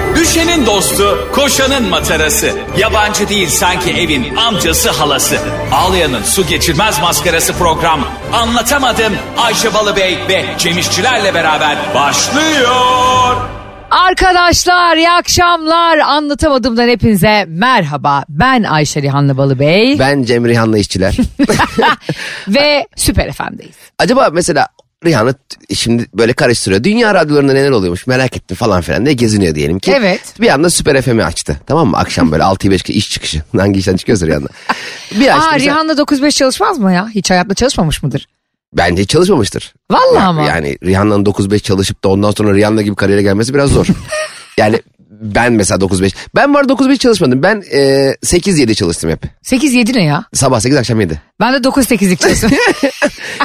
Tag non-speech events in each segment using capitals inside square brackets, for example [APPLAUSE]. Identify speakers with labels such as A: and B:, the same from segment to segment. A: Arkadaşın dostu, koşanın matarası. Yabancı değil sanki evin amcası halası. Ağlayanın su geçirmez maskarası program. Anlatamadım Ayşe Balıbey ve Cemişçilerle beraber başlıyor.
B: Arkadaşlar iyi akşamlar. Anlatamadığımdan hepinize merhaba. Ben Ayşe Rihanlı Balıbey
C: Ben Cem
B: [LAUGHS]
C: Rihanna işçiler.
B: ve Süper FM'deyiz.
C: Acaba mesela Rihanna t- şimdi böyle karıştırıyor. Dünya radyolarında neler oluyormuş merak ettim falan filan diye geziniyor diyelim ki.
B: Evet.
C: Bir anda Süper FM'i açtı. Tamam mı? Akşam böyle 6'yı 5 iş çıkışı. [LAUGHS] Hangi işten çıkıyorsa Rihanna. Bir açtı
B: Aa
C: mesela-
B: Rihanna 9-5 çalışmaz mı ya? Hiç hayatta çalışmamış mıdır?
C: Bence hiç çalışmamıştır.
B: Vallahi
C: Ya-
B: ama.
C: Yani Rihanna'nın 9-5 çalışıp da ondan sonra Rihanna gibi kariyere gelmesi
B: [LAUGHS]
C: biraz zor. yani ben mesela 9-5. Ben var 9-5 çalışmadım. Ben e, 8-7 çalıştım hep.
B: 8-7 ne ya?
C: Sabah 8 akşam 7.
B: Ben de 9-8'lik
C: [LAUGHS]
B: çalışıyorum.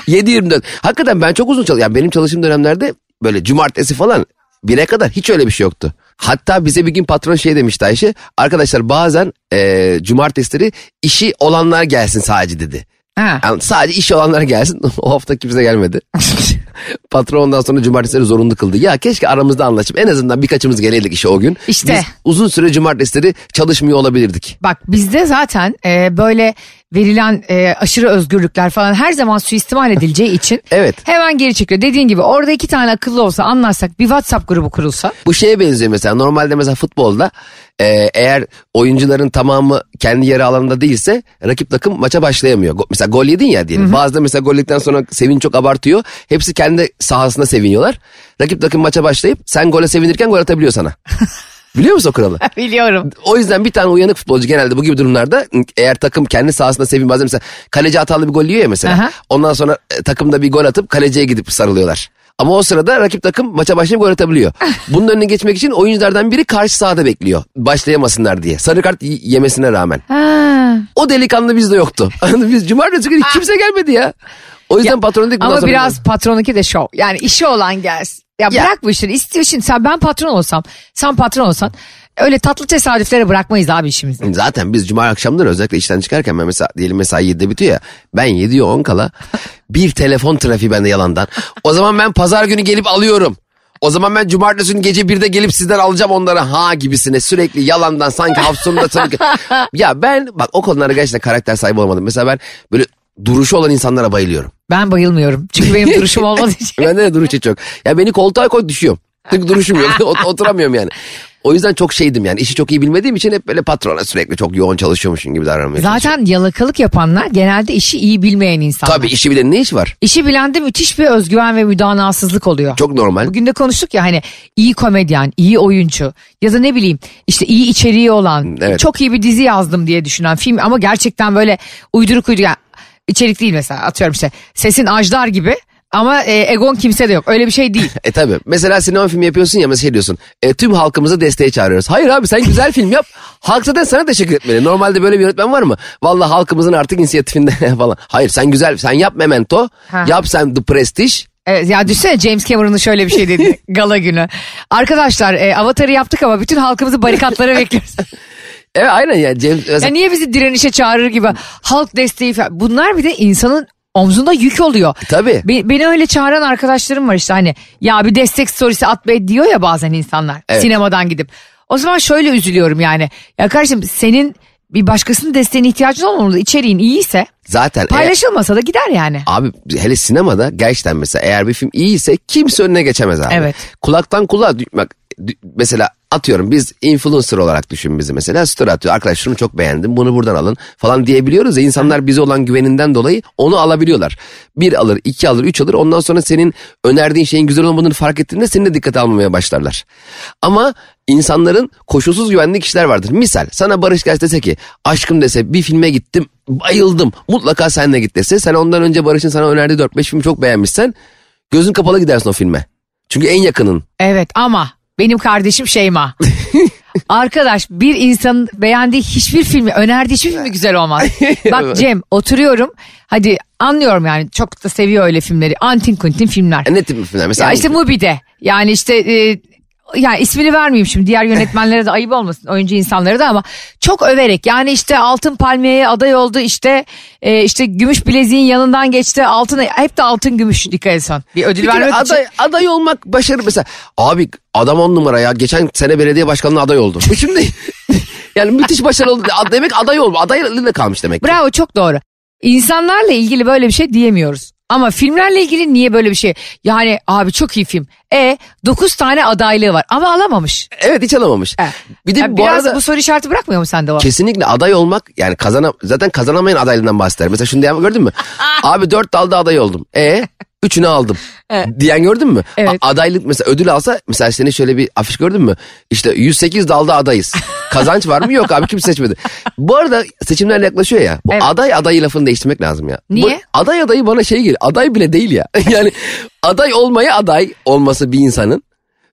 C: 7-24. Hakikaten ben çok uzun çalıştım. Yani benim çalıştığım dönemlerde böyle cumartesi falan bire kadar hiç öyle bir şey yoktu. Hatta bize bir gün patron şey demişti Ayşe. Arkadaşlar bazen eee cumartesileri işi olanlar gelsin sadece dedi.
B: ha.
C: Yani sadece işi olanlar gelsin. [LAUGHS] o hafta kimse gelmedi. [LAUGHS] patron ondan sonra cumartesileri zorunlu kıldı. Ya keşke aramızda anlaşıp en azından birkaçımız geleydik işe o gün.
B: İşte.
C: Biz uzun süre cumartesileri çalışmıyor olabilirdik.
B: Bak bizde zaten e, böyle verilen e, aşırı özgürlükler falan her zaman suistimal edileceği için
C: [LAUGHS] Evet.
B: hemen geri çekiyor. Dediğin gibi orada iki tane akıllı olsa anlarsak bir WhatsApp grubu kurulsa. [LAUGHS]
C: Bu şeye benziyor mesela normalde mesela futbolda e, eğer oyuncuların tamamı kendi yarı alanında değilse rakip takım maça başlayamıyor. Go- mesela gol yedin ya diyelim. Bazıları mesela gol yedikten sonra sevinç çok abartıyor. Hepsi kendi sahasında seviniyorlar. Rakip takım maça başlayıp sen gole sevinirken gol atabiliyor sana. Biliyor musun o kuralı?
B: Biliyorum.
C: O yüzden bir tane uyanık futbolcu genelde bu gibi durumlarda eğer takım kendi sahasında sevin bazen mesela kaleci hatalı bir gol yiyor ya mesela.
B: Aha.
C: Ondan sonra e, takımda bir gol atıp kaleciye gidip sarılıyorlar. Ama o sırada rakip takım maça başlayıp
B: [LAUGHS]
C: gol atabiliyor. Bunun önüne geçmek için oyunculardan biri karşı sahada bekliyor. Başlayamasınlar diye. Sarı kart y- yemesine rağmen.
B: Ha. Ah.
C: O delikanlı bizde yoktu. [LAUGHS] Biz cumartesi günü kimse gelmedi ya. O yüzden patron dedik bundan
B: Ama
C: sonra-
B: biraz patronunki de şov. Yani işi olan gelsin. Ya,
C: Ya.
B: bırak bu işleri. İstiyor şimdi sen ben patron olsam, sen patron olsan öyle tatlı tesadüflere bırakmayız abi işimizi.
C: Zaten biz cuma akşamları özellikle işten çıkarken ben mesela diyelim mesai 7'de bitiyor ya. Ben 7'ye 10 kala bir telefon trafiği bende yalandan. O zaman ben pazar günü gelip alıyorum. O zaman ben cumartesi günü gece 1'de gelip sizden alacağım onları ha gibisine sürekli yalandan sanki hafta sonunda sanki. ya ben bak o konularda gerçekten karakter sahibi olmadım. Mesela ben böyle duruşu olan insanlara bayılıyorum.
B: Ben bayılmıyorum. Çünkü benim duruşum olmadığı
C: [LAUGHS]
B: için.
C: Bende de duruş hiç yok. Ya beni koltuğa koy düşüyorum. Çünkü duruşum yok. Ot- Oturamıyorum yani. O yüzden çok şeydim yani. İşi çok iyi bilmediğim için hep böyle patrona sürekli çok yoğun çalışıyormuşum gibi davranmaya
B: Zaten yalakalık yapanlar genelde işi iyi bilmeyen insanlar.
C: Tabii işi bilen ne iş var?
B: İşi bilende müthiş bir özgüven ve müdanasızlık oluyor.
C: Çok normal.
B: Bugün de konuştuk ya hani iyi komedyen, iyi oyuncu ya da ne bileyim işte iyi içeriği olan,
C: Evet.
B: çok iyi bir dizi yazdım diye düşünen film ama gerçekten böyle uyduruk uyduruk yani içerik değil mesela atıyorum işte sesin ajdar gibi ama e, Egon kimse de yok öyle bir şey değil.
C: E tabi. Mesela sinema filmi yapıyorsun ya mesela şey diyorsun. E, tüm halkımızı desteğe çağırıyoruz. Hayır abi sen güzel film yap. Halk zaten sana teşekkür etmeli. Normalde böyle bir yönetmen var mı? Vallahi halkımızın artık inisiyatifinde [LAUGHS] falan. Hayır sen güzel. Sen yap Memento.
B: Ha.
C: Yap sen The Prestige.
B: Evet, E, ya düşünsene James Cameron'ın şöyle bir şey dedi gala günü. Arkadaşlar e, avatarı yaptık ama bütün halkımızı barikatlara bekliyoruz.
C: Evet E, aynen ya. James,
B: Ya
C: mesela-
B: niye bizi direnişe çağırır gibi halk desteği falan. Bunlar bir de insanın omzunda yük oluyor.
C: E, tabii.
B: Be- beni öyle çağıran arkadaşlarım var işte hani ya bir destek storiesi at be diyor ya bazen insanlar
C: Evet.
B: sinemadan gidip. O zaman şöyle üzülüyorum yani. Ya kardeşim senin bir başkasının desteğine ihtiyacın olmamalı. İçeriğin
C: E,
B: iyiyse
C: Zaten eğer-
B: paylaşılmasa da gider yani.
C: Abi hele sinemada gerçekten mesela eğer bir film iyiyse kimse önüne geçemez abi.
B: Evet.
C: Kulaktan kulağa dü- bak dü- mesela atıyorum biz influencer olarak düşün bizi mesela story atıyor. Arkadaş şunu çok beğendim bunu buradan alın falan diyebiliyoruz ya insanlar bize olan güveninden dolayı onu alabiliyorlar. Bir alır iki alır üç alır ondan sonra senin önerdiğin şeyin güzel olmadığını fark ettiğinde seni de dikkate almamaya başlarlar. Ama insanların koşulsuz güvendiği kişiler vardır. Misal sana Barış Gaç dese ki aşkım dese bir filme gittim bayıldım mutlaka senle git dese sen ondan önce Barış'ın sana önerdiği 4-5 filmi çok beğenmişsen gözün kapalı gidersin o filme. Çünkü en yakının.
B: Evet ama benim kardeşim [LAUGHS] Şeyma. Arkadaş bir insanın beğendiği hiçbir filmi, önerdiği hiçbir filmi güzel [LAUGHS] olmaz. Bak Cem oturuyorum. Hadi anlıyorum yani çok da seviyor öyle filmleri. Antin kuntin filmler.
C: E, ne tip bir filmler? Mesela
B: Ya işte
C: hangi-
B: Mubi'de. Yani işte e, yani ismini vermeyeyim şimdi diğer yönetmenlere de ayıp olmasın oyuncu insanlara da ama çok överek yani işte altın palmiyeye aday oldu işte e, işte gümüş bileziğin yanından geçti altın hep de altın gümüş dikkat etsen bir ödül
C: Bir kere
B: vermek
C: aday,
B: için
C: aday olmak başarı mesela. Abi adam on numara ya. Geçen sene belediye başkanlığı aday oldu. Bu Şimdi yani müthiş başarılı oldu. Ad- Demek aday olma. Adayla kalmış demek. ki.
B: bravo çok doğru insanlarla ilgili böyle bir şey diyemiyoruz ama filmlerle ilgili niye böyle bir şey yani abi çok iyi film e 9 tane adaylığı var ama alamamış
C: Evet hiç alamamış.
B: E,
C: Bir de
B: ya
C: bu
B: biraz
C: arada
B: bu soru işareti bırakmıyor mu sende o?
C: kesinlikle aday olmak yani kazana zaten kazanamayan adaylığından bahseder. Mesela şunu diyen gördün mü?
B: Ah.
C: Abi dört dalda aday oldum. E üçünü aldım. Diyen gördün mü?
B: Evet.
C: A- adaylık mesela ödül alsa mesela seni şöyle bir afiş gördün mü? İşte 108 dalda adayız. Kazanç var mı? Yok abi kim seçmedi. Bu arada seçimler yaklaşıyor ya. Bu
B: Evet.
C: aday adayı lafını değiştirmek lazım ya. Bu-
B: Niye?
C: aday adayı bana şey geliyor. Aday bile değil ya. [LAUGHS] yani aday olmaya aday olması bir insanın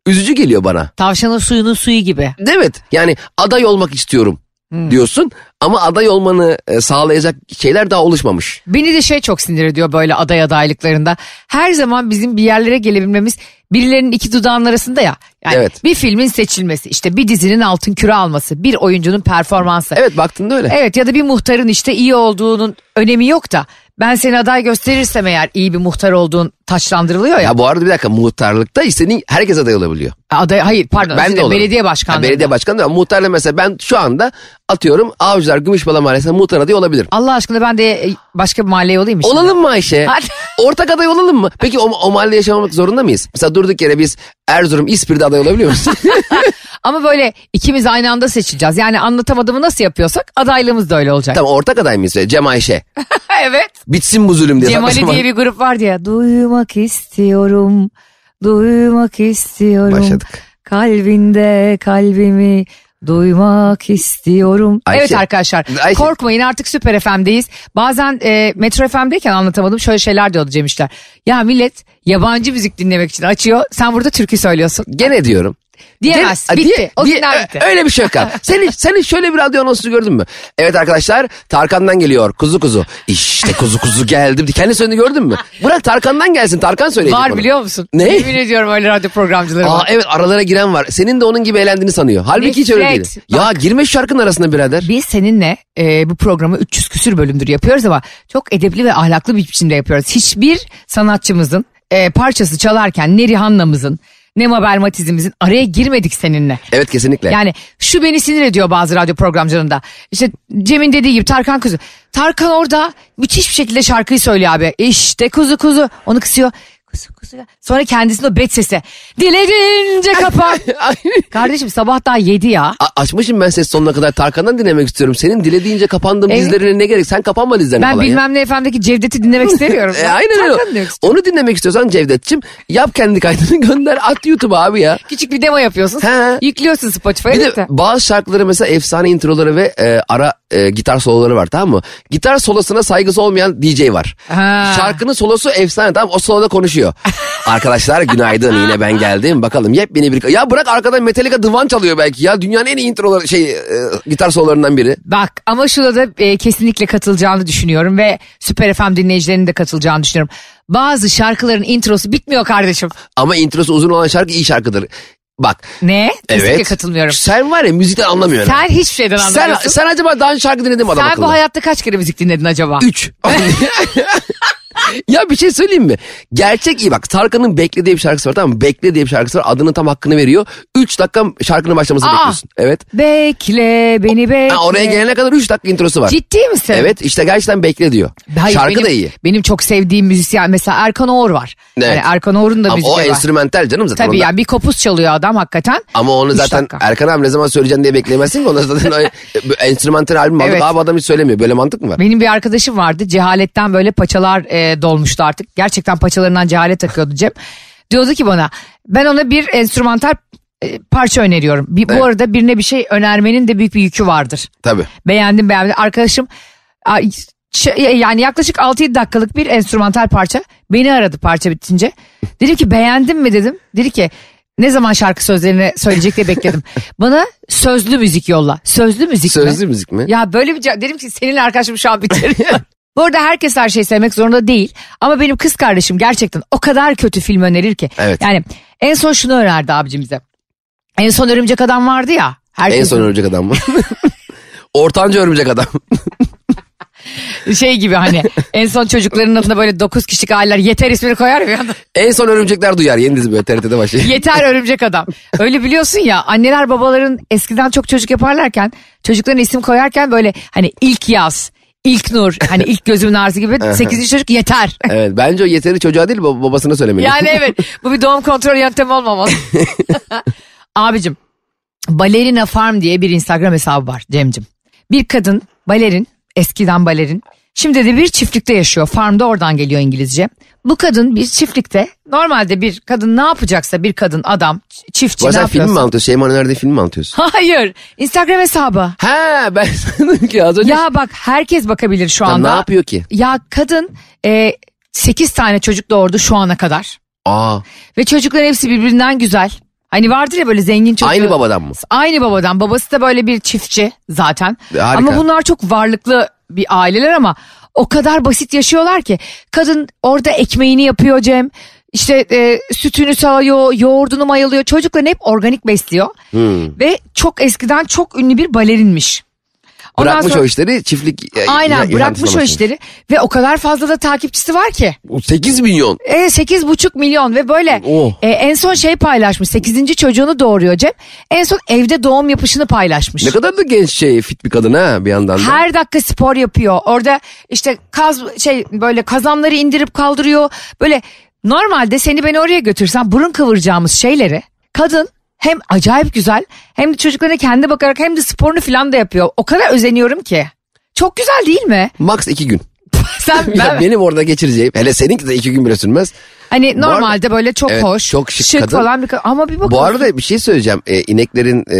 C: üzücü geliyor bana.
B: Tavşanın suyunun suyu gibi.
C: Evet yani aday olmak istiyorum
B: Hmm.
C: diyorsun ama aday olmanı e, sağlayacak şeyler daha oluşmamış.
B: Beni de şey çok sinir ediyor böyle aday adaylıklarında. Her zaman bizim bir yerlere gelebilmemiz birilerinin iki dudağının arasında ya. Yani
C: Evet.
B: Bir filmin seçilmesi, işte bir dizinin altın küre alması, bir oyuncunun performansı.
C: Evet baktığında öyle.
B: Evet ya da bir muhtarın işte iyi olduğunun önemi yok da ben seni aday gösterirsem eğer iyi bir muhtar olduğun taçlandırılıyor ya.
C: Ya bu arada bir dakika muhtarlıkta istediğin herkes aday olabiliyor.
B: aday hayır pardon özür
C: Ben de
B: dilerim,
C: olurum.
B: belediye başkanlığı.
C: Ha, belediye başkanı da muhtarla mesela ben şu anda atıyorum Avcılar Gümüşbala Mahallesi'nde muhtar adayı olabilirim.
B: Allah aşkına ben de e, başka bir mahalleye olayım işte.
C: Olalım mı Ayşe?
B: Hadi.
C: Ortak aday olalım mı? Peki o, o mahallede yaşamamak zorunda mıyız? Mesela durduk yere biz Erzurum İspir'de aday
B: [LAUGHS]
C: olabiliyor muyuz?
B: Ama böyle ikimiz aynı anda seçileceğiz. Yani anlatamadığımı nasıl yapıyorsak adaylığımız da öyle olacak.
C: tamam ortak aday mıyız? Cem Ayşe.
B: [LAUGHS] evet.
C: Bitsin bu zulüm diye.
B: Cem Ali
C: saçma-
B: diye bir grup vardı ya. Duymak istiyorum, duymak istiyorum.
C: Başladık.
B: Kalbinde kalbimi duymak istiyorum.
C: Ayşe.
B: Evet arkadaşlar
C: Ayşe.
B: korkmayın artık Süper FM'deyiz. Bazen e, Metro FM'deyken anlatamadım şöyle şeyler diyordu Cemişler. Ya millet yabancı müzik dinlemek için açıyor. Sen burada türkü söylüyorsun.
C: Gene diyorum.
B: Diyemez.
C: Gene-
B: bitti.
C: diye-
B: o
C: diye-
B: günler bitti.
C: ö- Öyle bir şey yok. abi. Senin, senin şöyle bir radyo anonsu gördün mü? Evet arkadaşlar Tarkan'dan geliyor kuzu kuzu. İşte kuzu kuzu geldi. Kendi söylediğini gördün mü? Bırak Tarkan'dan gelsin Tarkan söyleyecek
B: Var
C: onu.
B: biliyor musun?
C: Ne?
B: Yemin ediyorum öyle radyo programcıları
C: Aa
B: var.
C: evet aralara giren var. Senin de onun gibi eğlendiğini sanıyor. Halbuki hiç öyle değil.
B: Nefret.
C: Ya girme şu şarkının arasına birader.
B: Biz seninle e, bu programı 300 küsür bölümdür yapıyoruz ama çok edepli ve ahlaklı bir biçimde yapıyoruz. Hiçbir sanatçımızın e, parçası çalarken ne Rihanna'mızın ne Mabel Matiz'imizin araya girmedik seninle.
C: Evet kesinlikle.
B: Yani şu beni sinir ediyor bazı radyo programcılarında. İşte Cem'in dediği gibi Tarkan kuzu. Tarkan orada müthiş bir şekilde şarkıyı söylüyor abi. İşte kuzu kuzu onu kısıyor. Kuzu kuzu. Sonra kendisinin o bet sesi. Dilediğince kapan. Kardeşim sabah daha yedi ya.
C: A- açmışım ben ses sonuna kadar Tarkan'dan dinlemek istiyorum. Senin dilediğince kapandığım
B: Evet.
C: dizlerine ne gerek? Sen kapanma dizlerine
B: Ben
C: falan ya.
B: bilmem ne efendimdeki Cevdet'i
C: [LAUGHS]
B: dinlemek istemiyorum.
C: E, aynen
B: Tarkan
C: öyle.
B: diyor ki,
C: Onu dinlemek istiyorsan Cevdetçim yap kendi kaydını [LAUGHS] gönder at YouTube'a abi ya.
B: Küçük bir demo yapıyorsun.
C: He.
B: Yüklüyorsun Spotify'a.
C: Bir
B: evet
C: de
B: de.
C: bazı şarkıları mesela efsane introları ve e, ara e, gitar soloları var tamam mı? Gitar solosuna saygısı olmayan DJ var.
B: Ha.
C: Şarkının solosu efsane tamam o
B: [LAUGHS]
C: soloda konuşuyor. Arkadaşlar günaydın yine ben geldim bakalım yepyeni bir... Ya bırak arkadan Metallica Divan çalıyor belki ya dünyanın en iyi introları şey e, gitar sololarından biri.
B: Bak ama şurada da e, kesinlikle katılacağını düşünüyorum ve Süper FM dinleyicilerinin de katılacağını düşünüyorum. Bazı şarkıların introsu bitmiyor kardeşim.
C: Ama introsu uzun olan şarkı iyi şarkıdır. Bak.
B: Ne? Kesinlikle
C: evet.
B: katılmıyorum.
C: Sen var ya müzikten anlamıyorsun.
B: Sen hiçbir şeyden
C: sen,
B: anlamıyorsun. Sen,
C: sen acaba daha önce şarkı dinledin mi adam akıllı?
B: bu hayatta kaç kere müzik dinledin acaba?
C: 3. [LAUGHS] ya bir şey söyleyeyim mi? Gerçek iyi bak. Tarkan'ın Bekle diye bir şarkısı var tamam mı? Bekle diye bir şarkısı var. Adının tam hakkını veriyor. 3 dakika şarkının başlamasını
B: Aa.
C: bekliyorsun. Evet.
B: Bekle beni bekle.
C: Ha, oraya gelene kadar 3 dakika introsu var.
B: Ciddi misin?
C: Evet işte gerçekten bekle diyor.
B: Hayır,
C: Şarkı
B: benim,
C: da iyi.
B: Benim çok sevdiğim müzisyen mesela Erkan Oğur var.
C: Evet.
B: Yani Erkan Oğur'un da
C: Ama
B: müzikleri
C: o
B: var.
C: enstrümantal canım zaten.
B: Tabii
C: onda.
B: ya bir kopuz çalıyor adam hakikaten.
C: Ama onu
B: Üç
C: zaten er-
B: dakika.
C: Erkan abi ne zaman söyleyeceksin diye bekleyemezsin ki. Ondan
B: [LAUGHS]
C: zaten o- enstrümantal albüm aldık.
B: Evet.
C: Abi adam hiç söylemiyor. Böyle mantık mı var?
B: Benim bir arkadaşım vardı cehaletten böyle paçalar e, dolmuştu artık. Gerçekten paçalarından cehalet takıyordu Cem. [LAUGHS] Diyordu ki bana ben ona bir enstrümantal e, parça öneriyorum. Bir,
C: Evet.
B: Bu arada birine bir şey önermenin de büyük bir yükü vardır.
C: Tabii.
B: Beğendim beğendim. Arkadaşım ay, ş- yani yaklaşık 6-7 dakikalık bir enstrümantal parça. Beni aradı parça bitince. Dedim ki beğendin mi dedim. Dedi ki ne zaman şarkı sözlerini söyleyecek diye
C: [LAUGHS]
B: bekledim. Bana sözlü müzik yolla. Sözlü müzik mi?
C: Sözlü müzik mi?
B: Ya böyle bir ce- dedim ki seninle arkadaşım şu an bitiriyor. [LAUGHS] Bu arada herkes her şeyi sevmek zorunda değil. Ama benim kız kardeşim gerçekten o kadar kötü film önerir ki.
C: Evet.
B: Yani en son şunu önerdi abicim bize. En son örümcek adam vardı ya. Herkes
C: En son örümcek adam mı? [LAUGHS] Ortanca örümcek adam.
B: şey gibi hani en son çocukların adına böyle 9 kişilik aileler yeter ismini koyar ya.
C: en son örümcekler duyar. Yeni dizi böyle
B: [LAUGHS]
C: TRT'de başlıyor.
B: Yeter örümcek adam. Öyle biliyorsun ya anneler babaların eskiden çok çocuk yaparlarken çocuklarına isim koyarken böyle hani ilk yaz, ilk nur, hani ilk gözümün ağrısı gibi 8. çocuk yeter.
C: evet, bence o yeteri çocuğa değil bab- babasına
B: [LAUGHS]
C: söylemeli.
B: Yani evet bu bir doğum kontrol yöntemi olmamalı. [LAUGHS] Abicim Balerina Farm diye bir Instagram hesabı var Cem'cim. Bir kadın balerin eskiden balerin şimdi de bir çiftlikte yaşıyor. Farm'da oradan geliyor İngilizce. Bu kadın bir çiftlikte normalde bir kadın ne yapacaksa bir kadın adam ç- çiftçi
C: Bu arada
B: ne
C: sen film mi
B: yapıyorsa.
C: anlatıyorsun? Şeyma Öner'de film mi anlatıyorsun?
B: [LAUGHS] Hayır Instagram hesabı.
C: Ha ben [LAUGHS] sandım ki az önce.
B: Ya bak herkes bakabilir şu
C: Tam
B: anda.
C: ne yapıyor ki?
B: Ya kadın e, 8 tane çocuk doğurdu şu ana kadar.
C: Aa,
B: Ve çocukların hepsi birbirinden güzel. Hani vardır ya böyle zengin çocuğu.
C: aynı babadan mı?
B: Aynı babadan. Babası da böyle bir çiftçi zaten.
C: E, harika.
B: Ama bunlar çok varlıklı bir aileler ama o kadar basit yaşıyorlar ki. Kadın orada ekmeğini yapıyor Cem. İşte e, sütünü sağıyor, yoğurdunu mayalıyor. Çocukların hep organik besliyor.
C: Hmm.
B: Ve çok eskiden çok ünlü bir balerinmiş. Ondan
C: Bırakmış
B: sonra-
C: o işleri çiftlik. e,
B: Aynen
C: ya-
B: bırakmış o
C: yaratılmasın.
B: işleri. Ve o kadar fazla da takipçisi var ki.
C: O 8 milyon.
B: E, 8,5 milyon ve böyle
C: Oh.
B: e, en son şey paylaşmış 8. çocuğunu doğuruyor Cem. En son evde doğum yapışını paylaşmış.
C: Ne kadar da genç şey fit bir kadın ha bir yandan da.
B: Her dakika spor yapıyor. Orada işte kaz şey böyle kazanları indirip kaldırıyor. Böyle normalde seni beni oraya götürsen burun kıvıracağımız şeyleri kadın hem acayip güzel hem de çocuklarına kendi bakarak hem de sporunu falan da yapıyor. O kadar özeniyorum ki. Çok güzel değil mi?
C: Max 2 gün.
B: Sen
C: [LAUGHS] Ya
B: ben,
C: benim orada geçireceğim. Hele seninki de 2 gün bile sürmez.
B: hani
C: Bu arada-
B: normalde böyle çok
C: Evet,
B: hoş,
C: çok şık kadın.
B: falan bir ka- ama bir bakın.
C: Bu arada bir şey söyleyeceğim. E, ineklerin e,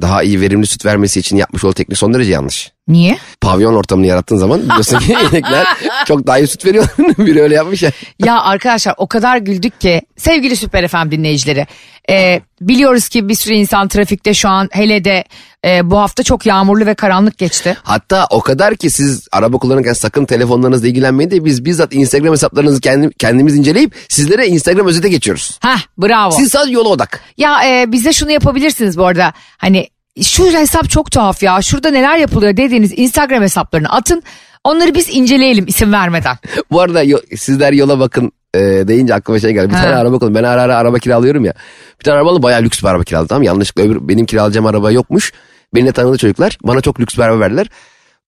C: daha iyi verimli süt vermesi için yapmış olduğu teknik son derece yanlış.
B: Niye?
C: Pavyon ortamını yarattığın zaman biliyorsun ki [LAUGHS] inekler çok daha iyi süt veriyor. [LAUGHS] Biri öyle yapmış ya.
B: Ya arkadaşlar o kadar güldük ki sevgili Süper FM dinleyicileri e, biliyoruz ki bir sürü insan trafikte şu an hele de e, bu hafta çok yağmurlu ve karanlık geçti.
C: Hatta o kadar ki siz araba kullanırken sakın telefonlarınızla ilgilenmeyin de biz bizzat Instagram hesaplarınızı kendi, kendimiz inceleyip sizlere Instagram özete geçiyoruz.
B: Heh bravo.
C: Siz sadece yola odak.
B: Ya e, bize şunu yapabilirsiniz bu arada hani şu hesap çok tuhaf ya şurada neler yapılıyor dediğiniz Instagram hesaplarını atın onları biz inceleyelim isim vermeden.
C: Bu arada yo- sizler yola bakın e, deyince aklıma şey geldi. Bir
B: Ha.
C: tane araba kullan. Ben ara ara araba kiralıyorum ya. Bir tane araba aldım bayağı lüks bir araba kiraladım. Tamam mı? yanlışlıkla öbür, benim kiralayacağım araba yokmuş. Benimle tanıdığı çocuklar bana çok lüks bir araba verdiler.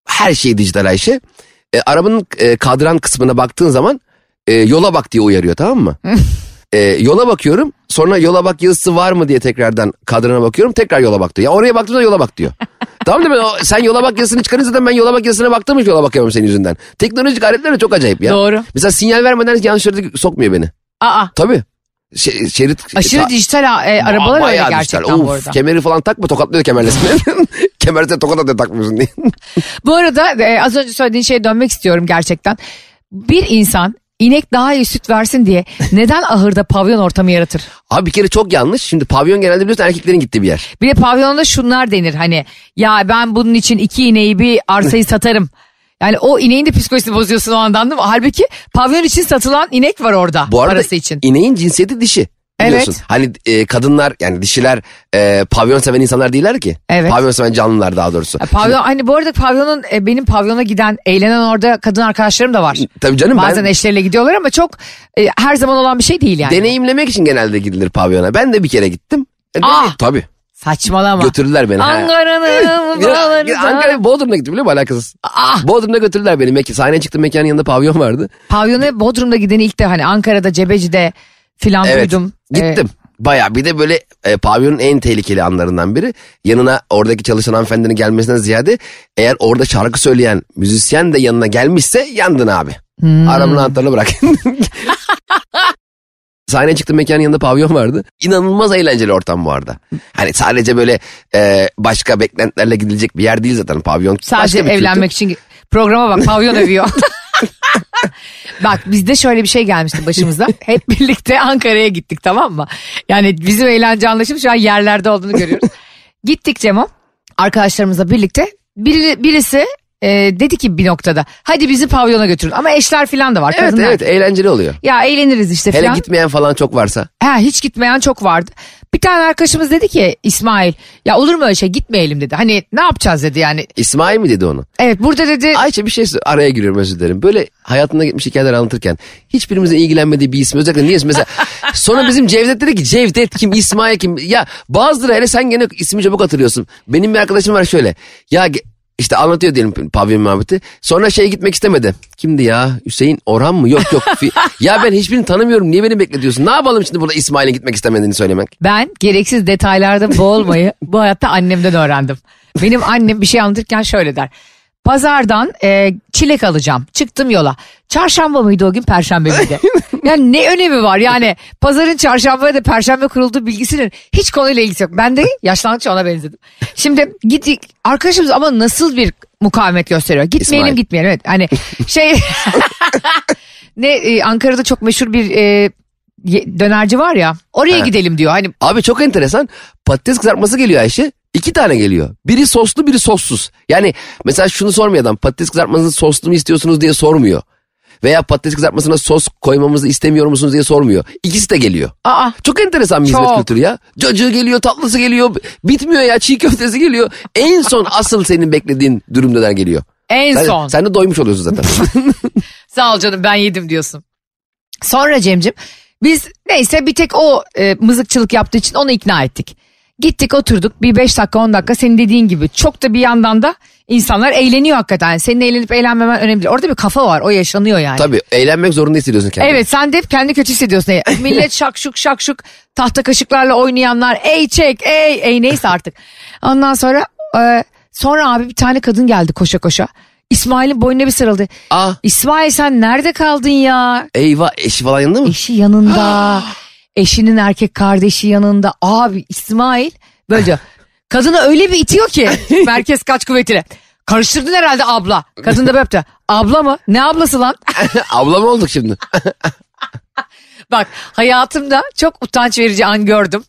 C: Her şey dijital Ayşe. E, arabanın e, kadran kısmına baktığın zaman e, yola bak diye uyarıyor tamam mı? E, yola bakıyorum sonra yola bak yazısı var mı diye tekrardan kadrana bakıyorum tekrar yola bak diyor. Ya oraya baktığımda yola
B: [LAUGHS]
C: bak diyor. tamam da ben o- sen yola bak yazısını çıkarınca zaten ben yola bak yazısına baktığım için yola bakıyorum senin yüzünden. Teknolojik aletler de çok acayip ya.
B: Doğru.
C: Mesela sinyal vermeden yanlış şeride sokmuyor beni.
B: Aa
C: Tabii. Şe- şerit
B: aşırı
C: ta-
B: dijital e, arabalar öyle
C: Bayağı dijital.
B: gerçekten bu
C: Of,
B: arada.
C: Kemeri falan takma tokatlıyor kemerlesine. [LAUGHS] Kemerlesine tokat atıyor takmıyorsun diye. [LAUGHS]
B: Bu arada e, az önce söylediğin şeye dönmek istiyorum gerçekten. Bir insan inek daha iyi süt versin diye neden ahırda pavyon ortamı yaratır?
C: Abi bir kere çok yanlış. Şimdi pavyon genelde biliyorsun erkeklerin gittiği bir yer.
B: Bir de pavyonda şunlar denir hani ya ben bunun için iki ineği bir arsayı satarım. Yani o ineğin de psikolojisini bozuyorsun o andan değil mi? Halbuki pavyon için satılan inek var orada
C: Bu arada
B: parası için.
C: ineğin cinsiyeti dişi. Biliyorsun.
B: Evet.
C: Hani e, kadınlar yani dişiler e, pavyon seven insanlar değiller ki.
B: Evet.
C: Pavyon seven canlılar daha doğrusu.
B: Ya Pavyon hani bu arada pavyonun e, benim pavyona giden eğlenen orada kadın arkadaşlarım da var.
C: Tabii canım
B: Bazen
C: ben
B: eşleriyle gidiyorlar ama çok e, her zaman olan bir şey değil yani.
C: deneyimlemek için genelde gidilir pavyona. Ben de bir kere gittim. E,
B: Ah!
C: deney- Tabii.
B: Saçmalama.
C: Götürdüler beni. ha.
B: Ankara'nın
C: Ya,
B: dağlarında.
C: Ankara Bodrum'da gittim biliyor musun alakasız. [LAUGHS]
B: Ah,
C: Bodrum'da götürdüler beni. Mek sahneye çıktım mekanın yanında pavyon vardı.
B: Pavyona Bodrum'da giden ilk de hani Ankara'da Cebeci'de filan
C: Evet
B: duydum.
C: gittim. Baya bir de böyle e, pavyonun en tehlikeli anlarından biri. Yanına oradaki çalışan hanımefendinin gelmesinden ziyade eğer orada şarkı söyleyen müzisyen de yanına gelmişse yandın abi.
B: Hmm.
C: Arabın
B: [LAUGHS]
C: anahtarını bırak. Sahneye çıktım mekanın yanında pavyon vardı. İnanılmaz eğlenceli ortam bu arada. Hani sadece böyle e, başka beklentilerle gidilecek bir yer değil zaten pavyon.
B: Ee, sadece
C: Başka bir kültür.
B: evlenmek için programa bak pavyon
C: [LAUGHS]
B: övüyor. Bak bizde şöyle bir şey gelmişti başımıza. Hep birlikte Ankara'ya gittik tamam mı? Yani bizim eğlence anlaşımı şu an yerlerde olduğunu görüyoruz. gittik Cemo. Arkadaşlarımızla birlikte. Biri, birisi e, dedi ki bir noktada hadi bizi pavyona götürün ama eşler falan da var
C: Evet
B: kadınlar.
C: evet eğlenceli oluyor.
B: Ya eğleniriz işte
C: Hele
B: falan.
C: gitmeyen falan çok varsa.
B: Ha, hiç gitmeyen çok vardı. Bir tane arkadaşımız dedi ki İsmail ya olur mu öyle şey gitmeyelim dedi. Hani ne yapacağız dedi yani.
C: İsmail mi dedi onu?
B: Evet burada dedi
C: Ayça bir şey sor- araya giriyorum özür dilerim. Böyle hayatında gitmiş hikayeler anlatırken hiçbirimizin ilgilenmediği bir isim özellikle niye mesela sonra bizim Cevdet dedi ki Cevdet kim İsmail kim ya bazıları hele sen gene ismi çabuk hatırlıyorsun. Benim bir arkadaşım var şöyle ya ge- işte anlatıyor diyelim pavyon muhabbeti. Sonra şeye gitmek istemedi. Kimdi ya? Hüseyin Orhan mı? Yok yok. Fi- ya ben hiçbirini tanımıyorum. Niye beni bekletiyorsun? Ne yapalım şimdi burada İsmail'e gitmek istemediğini söylemek?
B: Ben gereksiz detaylarda boğulmayı bu hayatta annemden öğrendim. Benim annem bir şey anlatırken şöyle der. Pazardan e, çilek alacağım. Çıktım yola. Çarşamba mıydı o gün perşembe miydi? yani ne önemi var yani pazarın çarşamba ya da perşembe kurulduğu bilgisinin hiç konuyla ilgisi yok. Ben de yaşlandıkça ona benzedim. Şimdi gittik arkadaşımız ama nasıl bir mukavemet gösteriyor. Gitmeyelim
C: İsmail.
B: gitmeyelim evet. Hani şey [LAUGHS] ne e, Ankara'da çok meşhur bir e, ye- dönerci var ya oraya gidelim diyor. Hani
C: Abi çok enteresan. Patates kızartması geliyor Ayşe. İki tane geliyor. Biri soslu biri sossuz. Yani mesela şunu sormuyor adam. Patates kızartmanızı soslu mu istiyorsunuz diye sormuyor. Veya patates kızartmasına sos koymamızı istemiyor musunuz diye sormuyor. İkisi de geliyor.
B: Aa.
C: Çok enteresan bir
B: Çok.
C: hizmet kültürü ya. Cacığı geliyor, tatlısı geliyor. Bitmiyor ya, çiğ köftesi geliyor. En son asıl senin beklediğin dürümdeler geliyor.
B: En
C: Sen,
B: son.
C: sen de doymuş
B: [LAUGHS]
C: oluyorsun zaten.
B: Sağ ol canım ben yedim diyorsun. Sonra Cem'cim biz neyse bir tek o e, mızıkçılık yaptığı için onu ikna ettik. Gittik oturduk bir 5 dakika 10 dakika senin dediğin gibi çok da bir yandan da insanlar eğleniyor hakikaten. senin eğlenip eğlenmemen önemli değil. Orada bir kafa var o yaşanıyor yani.
C: Tabii eğlenmek zorunda hissediyorsun kendini.
B: Evet sen de hep kendi kötü hissediyorsun. Ey, [LAUGHS] Millet şakşuk şakşuk tahta kaşıklarla oynayanlar ey çek ey ey neyse artık. Ondan sonra e, sonra abi bir tane kadın geldi koşa koşa. İsmail'in boynuna bir sarıldı.
C: Ah.
B: İsmail sen nerede kaldın ya?
C: Eyvah eşi falan
B: [LAUGHS]
C: yanında mı?
B: Eşi yanında. Eşinin erkek kardeşi yanında. Abi İsmail böyle diyor. Kadını öyle bir itiyor ki merkez kaç kuvvetiyle. Karıştırdın herhalde abla. Kadın da böyle yaptı. Abla mı? Ne ablası lan? [LAUGHS]
C: Abla mı olduk şimdi?
B: Bak hayatımda çok utanç verici an gördüm.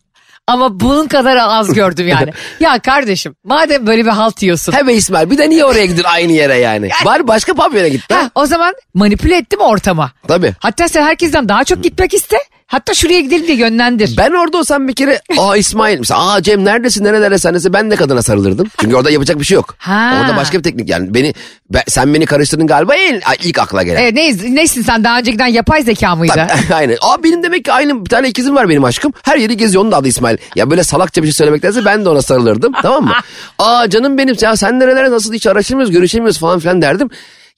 B: Ama bunun kadar az gördüm yani. ya kardeşim madem böyle bir halt yiyorsun.
C: He be İsmail bir de niye oraya gidin aynı yere yani? Var başka pavyona git.
B: ha,
C: Ha.
B: o zaman manipüle ettim ortama.
C: Tabii.
B: Hatta sen herkesten daha çok gitmek iste. Hatta şuraya gidelim diye yönlendir.
C: Ben orada olsam bir kere aa İsmail mesela aa Cem neredesin nerelere sen nesin? ben de kadına sarılırdım. Çünkü orada yapacak bir şey yok.
B: Ha.
C: Orada başka bir teknik yani beni ben- sen beni karıştırdın galiba en, ay, ilk akla gelen.
B: E, ne, nesin sen daha önceden yapay zeka mıydı?
C: [LAUGHS] Aynen. Aa benim demek ki aynı bir tane ikizim var benim aşkım. Her yeri geziyor onun da adı İsmail. Ya böyle salakça bir şey söylemektense ben de
B: [LAUGHS]
C: ona sarılırdım tamam mı? Aa canım benim ya sen nerelere nasıl hiç araştırmıyoruz görüşemiyoruz falan filan derdim.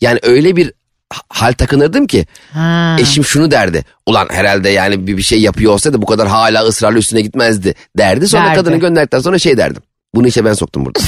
C: Yani öyle bir ha- hal takınırdım ki
B: Ha.
C: eşim şunu derdi. Ulan herhalde yani bir, bir şey yapıyor olsaydı bu kadar hala ısrarla üstüne gitmezdi derdi. Sonra
B: Derdi.
C: kadını gönderdikten sonra şey derdim. Bunu işe ben soktum burada.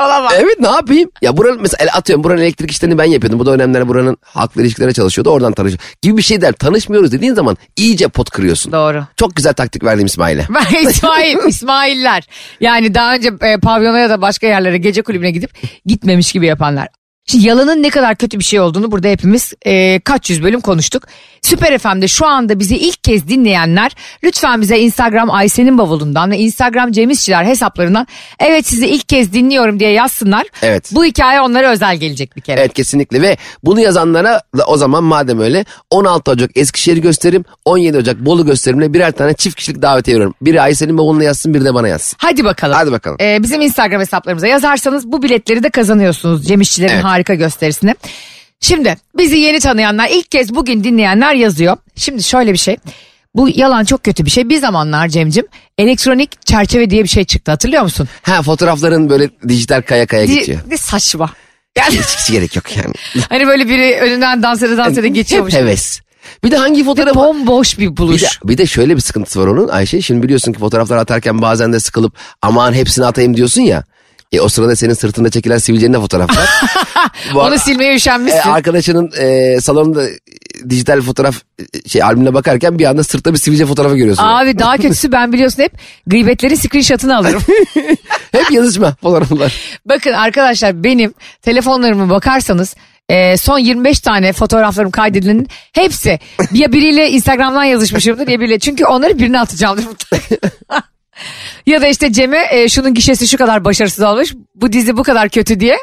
B: Olamaz.
C: evet ne yapayım? Ya buranın mesela el atıyorum buranın elektrik işlerini ben yapıyordum. Bu da önemli buranın halkla ilişkilerine çalışıyordu. Oradan tanışıyor. Gibi bir şey der. Tanışmıyoruz dediğin zaman iyice pot kırıyorsun.
B: Doğru.
C: Çok güzel taktik verdim İsmail'e. [LAUGHS]
B: Ben İsmail, İsmailler. Yani daha önce e, pavyona ya da başka yerlere gece kulübüne gidip gitmemiş gibi yapanlar. Şimdi yalanın ne kadar kötü bir şey olduğunu burada hepimiz e, kaç yüz bölüm konuştuk. Süper FM'de şu anda bizi ilk kez dinleyenler lütfen bize Instagram Ayşe'nin bavulundan ve Instagram Cemişçiler hesaplarından evet sizi ilk kez dinliyorum diye yazsınlar.
C: Evet.
B: Bu hikaye onlara özel gelecek bir kere.
C: Evet kesinlikle ve bunu yazanlara da o zaman madem öyle 16 Ocak Eskişehir gösterim 17 Ocak Bolu gösterimle birer tane çift kişilik davetiye veriyorum. Biri Aysel'in babamla yazsın biri de bana yazsın.
B: Hadi bakalım.
C: Hadi bakalım.
B: Ee, bizim Instagram hesaplarımıza yazarsanız bu biletleri de kazanıyorsunuz Cem İşçilerin
C: Evet.
B: harika gösterisini. Şimdi bizi yeni tanıyanlar ilk kez bugün dinleyenler yazıyor. Şimdi şöyle bir şey. Bu yalan çok kötü bir şey. Bir zamanlar Cem'cim elektronik çerçeve diye bir şey çıktı hatırlıyor musun?
C: Ha fotoğrafların böyle dijital kaya kaya
B: Di-
C: E, geçiyor.
B: Ne saçma.
C: Yani hiç, hiç gerek yok yani.
B: Hani böyle biri önünden dans ede dans ede
C: E, Hep
B: geçiyormuş.
C: heves. Bir de hangi fotoğrafı
B: Bomboş bir
C: Bir de,
B: buluş.
C: bir de şöyle bir sıkıntısı var onun Ayşe. Şimdi biliyorsun ki fotoğraflar atarken bazen de sıkılıp aman hepsini atayım diyorsun ya. E, o sırada senin sırtında çekilen sivilcenin de fotoğraf var. Bu ara-
B: Onu silmeye
C: e,
B: üşenmişsin.
C: arkadaşının e, salonunda e, dijital fotoğraf e, şey albümüne bakarken bir anda sırtta bir sivilce fotoğrafı görüyorsun.
B: Abi daha kötüsü ben biliyorsun hep gıybetlerin
C: [LAUGHS]
B: screenshot'ını alırım.
C: Hep yazışma fotoğraflar.
B: Bakın arkadaşlar benim telefonlarıma bakarsanız e, son 25 tane fotoğraflarım kaydedilenin hepsi ya biriyle Instagram'dan yazışmışımdır ya biriyle. Çünkü onları birine atacağım. [LAUGHS] Ya da işte Cem'e e, şunun gişesi şu kadar başarısız olmuş. Bu dizi bu kadar kötü
C: [LAUGHS]
B: diye.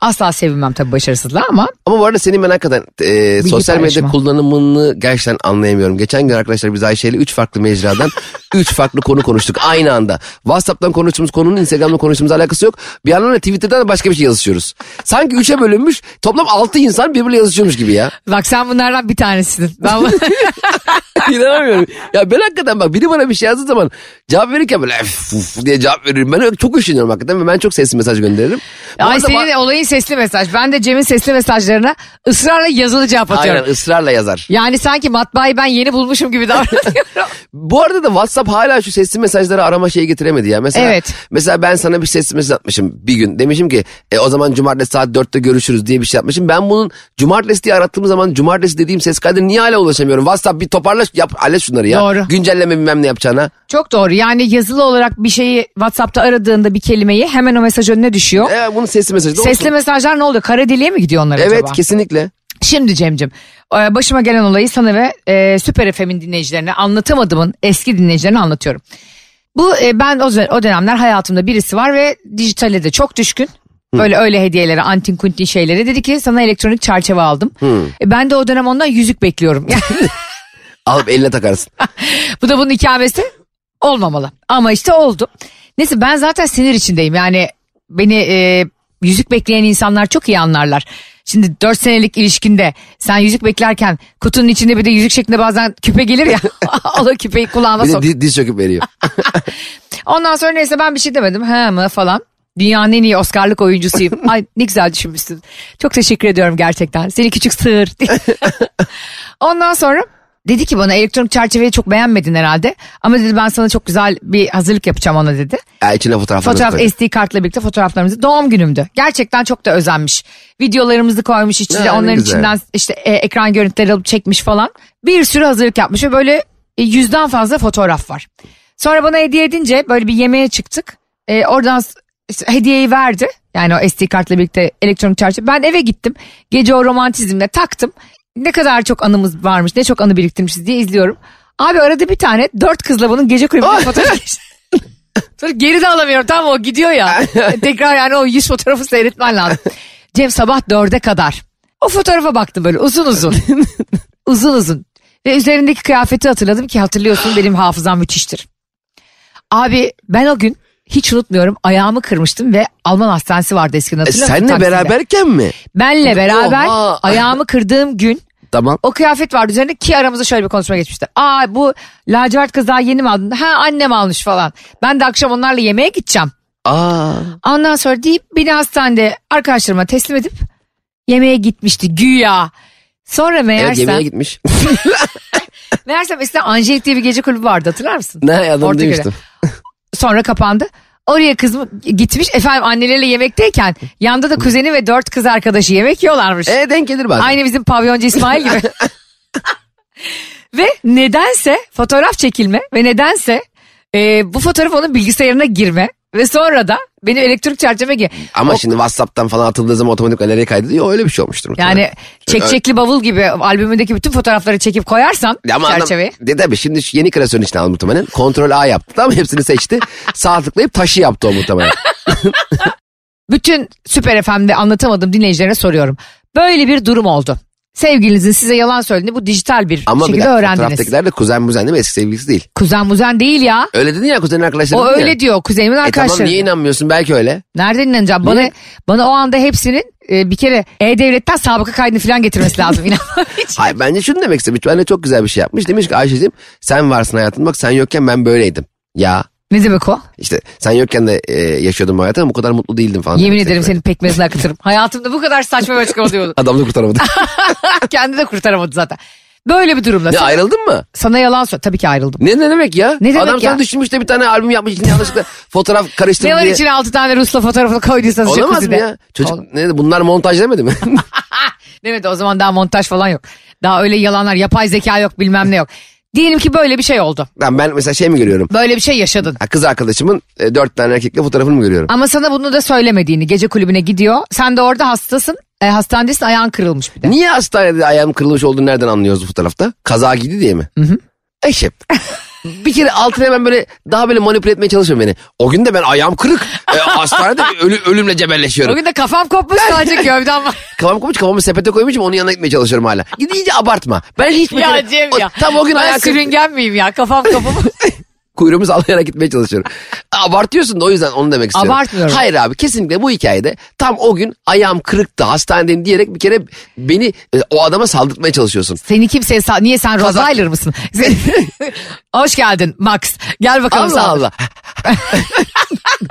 B: Asla sevinmem tabii başarısızlığa ama.
C: Ama bu arada senin ben hakikaten e, sosyal medya
B: paylaşma.
C: kullanımını gerçekten anlayamıyorum. Geçen gün arkadaşlar biz Ayşe ile 3 farklı [LAUGHS] mecradan 3 farklı konu konuştuk aynı anda. Whatsapp'tan konuştuğumuz konunun Instagram'dan konuştuğumuz alakası yok. Bir yandan da Twitter'dan da başka bir şey yazışıyoruz. Sanki 3'e bölünmüş toplam 6 insan birbiriyle yazışıyormuş gibi ya.
B: Bak sen bunlardan bir tanesisin. Ben bu-
C: [LAUGHS] İnanamıyorum. Ya ben hakikaten bak biri bana bir şey yazdığı zaman cevap verirken böyle "Ef, uf" diye cevap veririm. Ben çok üşeniyorum hakikaten ve ben çok sesli mesaj gönderirim. [LAUGHS] Bu
B: Ay
C: arada
B: senin
C: ba-
B: de olayın sesli mesaj. Ben de Cem'in sesli mesajlarına ısrarla yazılı cevap atıyorum.
C: Aynen ısrarla yazar.
B: Yani sanki matbaayı ben yeni bulmuşum gibi
C: [LAUGHS]
B: davranıyorum.
C: Bu arada da WhatsApp hala şu sesli mesajları arama şeyi getiremedi ya. Mesela,
B: Evet.
C: Mesela ben sana bir sesli mesaj atmışım bir gün. Demişim ki e, o zaman cumartesi saat 4'te görüşürüz diye bir şey yapmışım. Ben bunun cumartesi diye arattığım zaman cumartesi dediğim ses kaydına niye hala ulaşamıyorum? WhatsApp bir toparla yap hallet şunları ya.
B: Doğru.
C: Güncelleme bilmem ne yapacağına.
B: Çok doğru. Yani yazılı olarak bir şeyi WhatsApp'ta aradığında bir kelimeyi hemen o mesaj önüne düşüyor.
C: Evet E, bunun sesli mesajı da olsun.
B: Sesli mesajlar ne oluyor? Kara deliğe mi gidiyor onlar
C: Evet
B: acaba?
C: kesinlikle.
B: Şimdi Cem'cim e, başıma gelen olayı sana ve e, Süper FM'in dinleyicilerine anlatamadığımın eski dinleyicilerine anlatıyorum. Bu e, ben o, dön- o dönemler hayatımda birisi var ve dijitale de çok düşkün. Böyle öyle hediyelere antin kuntin şeylere dedi ki sana elektronik çerçeve aldım. E, ben de o dönem ondan yüzük bekliyorum. [LAUGHS]
C: Alıp eline takarsın.
B: Bu da bunun ikamesi olmamalı. Ama işte oldu. Neyse ben zaten sinir içindeyim. Yani beni e, yüzük bekleyen insanlar çok iyi anlarlar. Şimdi 4 senelik ilişkinde sen yüzük beklerken kutunun içinde bir de yüzük şeklinde bazen küpe gelir
C: [LAUGHS]
B: ya. Al o küpeyi kulağına
C: Bir
B: sok.
C: de diz, diz çöküp veriyor.
B: Ondan sonra neyse ben bir şey demedim. He mi falan. Dünyanın en iyi Oscar'lık oyuncusuyum. Ay ne güzel düşünmüşsün. Çok teşekkür ediyorum gerçekten. Seni küçük sığır. Ondan sonra dedi ki bana elektronik çerçeveyi çok beğenmedin herhalde. Ama dedi ben sana çok güzel bir hazırlık yapacağım ona dedi.
C: Ya içine fotoğraflar
B: Fotoğraf
C: koyuyor.
B: SD kartla birlikte fotoğraflarımızı doğum günümdü. Gerçekten çok da özenmiş. Videolarımızı koymuş içine
C: Ya, ne
B: onların
C: güzel.
B: içinden işte e, ekran görüntüleri alıp çekmiş falan. Bir sürü hazırlık yapmış ve böyle e, yüzden fazla fotoğraf var. Sonra bana hediye edince böyle bir yemeğe çıktık. E, oradan s- s- hediyeyi verdi. Yani o SD kartla birlikte elektronik çerçeve. Ben eve gittim. Gece o romantizmle taktım. Ne kadar çok anımız varmış, ne çok anı biriktirmişiz diye izliyorum. Abi arada bir tane dört kızla bunun gece kulübünde fotoğraf geçti. Sonra geri de alamıyorum tamam mı? o gidiyor
C: [LAUGHS]
B: ya. Tekrar yani o yüz fotoğrafı seyretmen lazım. Cem sabah dörde kadar. O fotoğrafa baktım böyle uzun
C: [LAUGHS]
B: uzun. uzun uzun. Ve üzerindeki kıyafeti hatırladım ki hatırlıyorsun benim hafızam müthiştir. Abi ben o gün hiç unutmuyorum ayağımı kırmıştım ve Alman hastanesi vardı eskiden
C: E,
B: hatırlıyor musun?
C: senle
B: Taksim'de?
C: beraberken mi?
B: Benle beraber
C: Oha.
B: ayağımı kırdığım gün
C: Tamam.
B: o kıyafet vardı üzerinde ki aramızda şöyle bir konuşma geçmişti. Aa bu lacivert kızlar yeni mi aldın? Ha annem almış falan. Ben de akşam onlarla yemeğe gideceğim.
C: Aa.
B: Ondan sonra deyip beni hastanede arkadaşlarıma teslim edip yemeğe gitmişti güya. Sonra
C: Evet
B: meğersem,
C: yemeğe gitmiş. [LAUGHS]
B: meğersem eskiden Angelik diye bir gece kulübü vardı hatırlar mısın?
C: ne adam
B: Orta göre.
C: demiştim.
B: Sonra kapandı. Oraya kızım gitmiş efendim anneleriyle yemekteyken yanda da kuzeni ve dört kız arkadaşı yemek yiyorlarmış.
C: E denk gelir bazen.
B: Aynı bizim pavyoncu İsmail gibi.
C: [LAUGHS]
B: ve nedense fotoğraf çekilme ve nedense e, bu fotoğraf onun bilgisayarına girme ve sonra da benim elektrik çerçeve gi-
C: Ama şimdi Whatsapp'tan falan atıldığı zaman otomatik galeriye kaydediyor. Yok, öyle bir şey olmuştur. muhtemelen.
B: Yani çekçekli bavul gibi albümündeki bütün fotoğrafları çekip koyarsan
C: Ya ama
B: çerçeveyi.
C: Adam, de tabii şimdi şu yeni klasörün içine aldı muhtemelen. Kontrol A yaptı tamam mı?
B: [LAUGHS]
C: hepsini seçti. Sağ tıklayıp taşı yaptı o muhtemelen.
B: Bütün Süper FM'de anlatamadığım dinleyicilere soruyorum. Böyle bir durum oldu. Sevgilinizin size yalan söylediğini bu dijital bir
C: Ama bir
B: şekilde
C: dakika
B: öğrendiniz.
C: fotoğraftakiler de kuzen muzen değil mi? Eski sevgilisi değil.
B: Kuzen muzen değil ya.
C: Öyle dedin ya kuzenin arkadaşları.
B: O
C: dedin
B: öyle
C: ya.
B: diyor kuzenimin
C: E
B: arkadaşları.
C: tamam niye inanmıyorsun belki öyle.
B: Nereden inanacağım? Bana
C: Niye?
B: bana o anda hepsinin e, bir kere E-Devlet'ten sabıka kaydını falan getirmesi lazım.
C: [LAUGHS]
B: İnanmam için.
C: Hayır bence şunu demek istemiş. Bence çok güzel bir şey yapmış. Demiş ki Ayşe'cim sen varsın hayatım bak sen yokken ben böyleydim. Ya
B: ne demek o?
C: işte sen yokken de e, yaşıyordum bu hayatı ama bu kadar mutlu değildim falan.
B: Yemin
C: demiş
B: ederim
C: tekrar.
B: senin pekmezini akıtırım. Hayatımda bu kadar saçma bir açıklama
C: [LAUGHS]
B: diyordu.
C: Adam
B: [LAUGHS]
C: da kurtaramadı.
B: Kendi de kurtaramadı zaten. Böyle bir durumda.
C: ne
B: Sana,
C: ayrıldın mı?
B: sana yalan söyle. Tabii ki ayrıldım.
C: Ne, ne demek ya?
B: Ne demek
C: Adam sana
B: ya?
C: düşünmüş de bir tane albüm yapmış
B: [LAUGHS]
C: içinde yanlışlıkla fotoğraf karıştırdı
B: Ne var
C: diye.
B: içine altı tane Rus'la fotoğrafını koyduysanız
C: Olamaz mı
B: jacuzzi'de?
C: ya? Çocuk
B: Oğlum,
C: ne dedi, bunlar montaj
B: [LAUGHS]
C: demedi mi? [LAUGHS]
B: Demedi o zaman daha montaj falan yok. Daha öyle yalanlar yapay zeka yok bilmem ne yok. Diyelim ki böyle bir şey oldu.
C: Lan ben mesela şey mi görüyorum?
B: Böyle bir şey yaşadın.
C: Ha, kız arkadaşımın e, dört tane erkekle fotoğrafını mı görüyorum?
B: Ama sana bunu da söylemediğini gece kulübüne gidiyor. Sen de orada hastasın. E, hastanedesin ayağın kırılmış bir de.
C: Niye hastanede ayağım kırılmış olduğunu nereden anlıyoruz bu fotoğrafta? Kaza giydi diye mi? Hı hı. Eşep. bir kere altına hemen böyle daha böyle manipüle etmeye çalışma beni. O gün de ben ayağım kırık. E,
B: [LAUGHS]
C: hastanede ölü, ölümle cebelleşiyorum.
B: Bugün de kafam kopmuş
C: [LAUGHS]
B: sadece gövdem var.
C: Kafam kopmuş kafamı sepete koymuşum onun yanına gitmeye çalışıyorum hala. Gidince iyice abartma. Ben hiç bir
B: ya
C: kere-
B: Cem
C: o-
B: ya.
C: tam o gün
B: ben
C: ayağı kırık-
B: sürüngen miyim ya kafam kafamı.
C: kuyruğumuzu [LAUGHS] alayarak gitmeye çalışıyorum. Abartıyorsun da o yüzden onu demek istiyorum.
B: Abartmıyorum.
C: Hayır abi kesinlikle bu hikayede tam o gün ayağım kırıktı hastanedeyim diyerek bir kere beni e, o adama saldırtmaya çalışıyorsun.
B: [LAUGHS] Seni kimseye sa- niye sen
C: Kazak-
B: Rottweiler mısın? [LAUGHS] Sen- Hoş geldin Max. Gel bakalım
C: Allah
B: sağ ol.
C: Allah.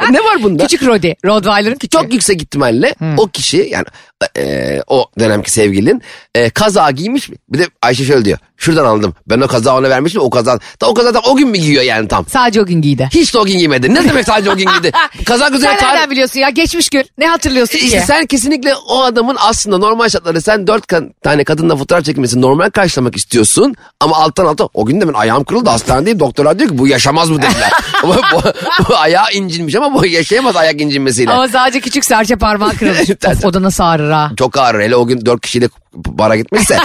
C: ne var bunda?
B: Küçük Rodi. Rottweiler'ın küçüğü.
C: Çok yüksek ihtimalle
B: Hmm.
C: o kişi yani e, o dönemki sevgilin e, kaza giymiş mi? Bir de Ayşe şöyle diyor. Şuradan aldım. Ben o kazağı ona vermiştim. O kaza da o kaza da o gün mü giyiyor yani tam?
B: Sadece o gün giydi.
C: Hiç de o gün giymedi. Ne demek sadece o gün
B: [LAUGHS]
C: giydi? Kazak üzerine
B: Sen
C: tarih-
B: nereden biliyorsun ya? Geçmiş gün. Ne hatırlıyorsun ki?
C: İşte sen kesinlikle o adamın aslında normal şartlarda sen dört kan- tane kadınla fotoğraf çekilmesini normal karşılamak istiyorsun. Ama alttan alta o gün de ben ayağım kırıldı hastanedeyim. Doktorlar diyor ki bu yaşamaz bu
B: [LAUGHS]
C: dediler. ama bu, bu ayağı incinmiş ama bu yaşayamaz ayak incinmesiyle.
B: Ama sadece küçük serçe parmağı
C: [LAUGHS]
B: kırılmış. of, o da nasıl ağrır ha?
C: Çok ağır hele o gün dört kişiyle
B: [LAUGHS]
C: bara gitmişse.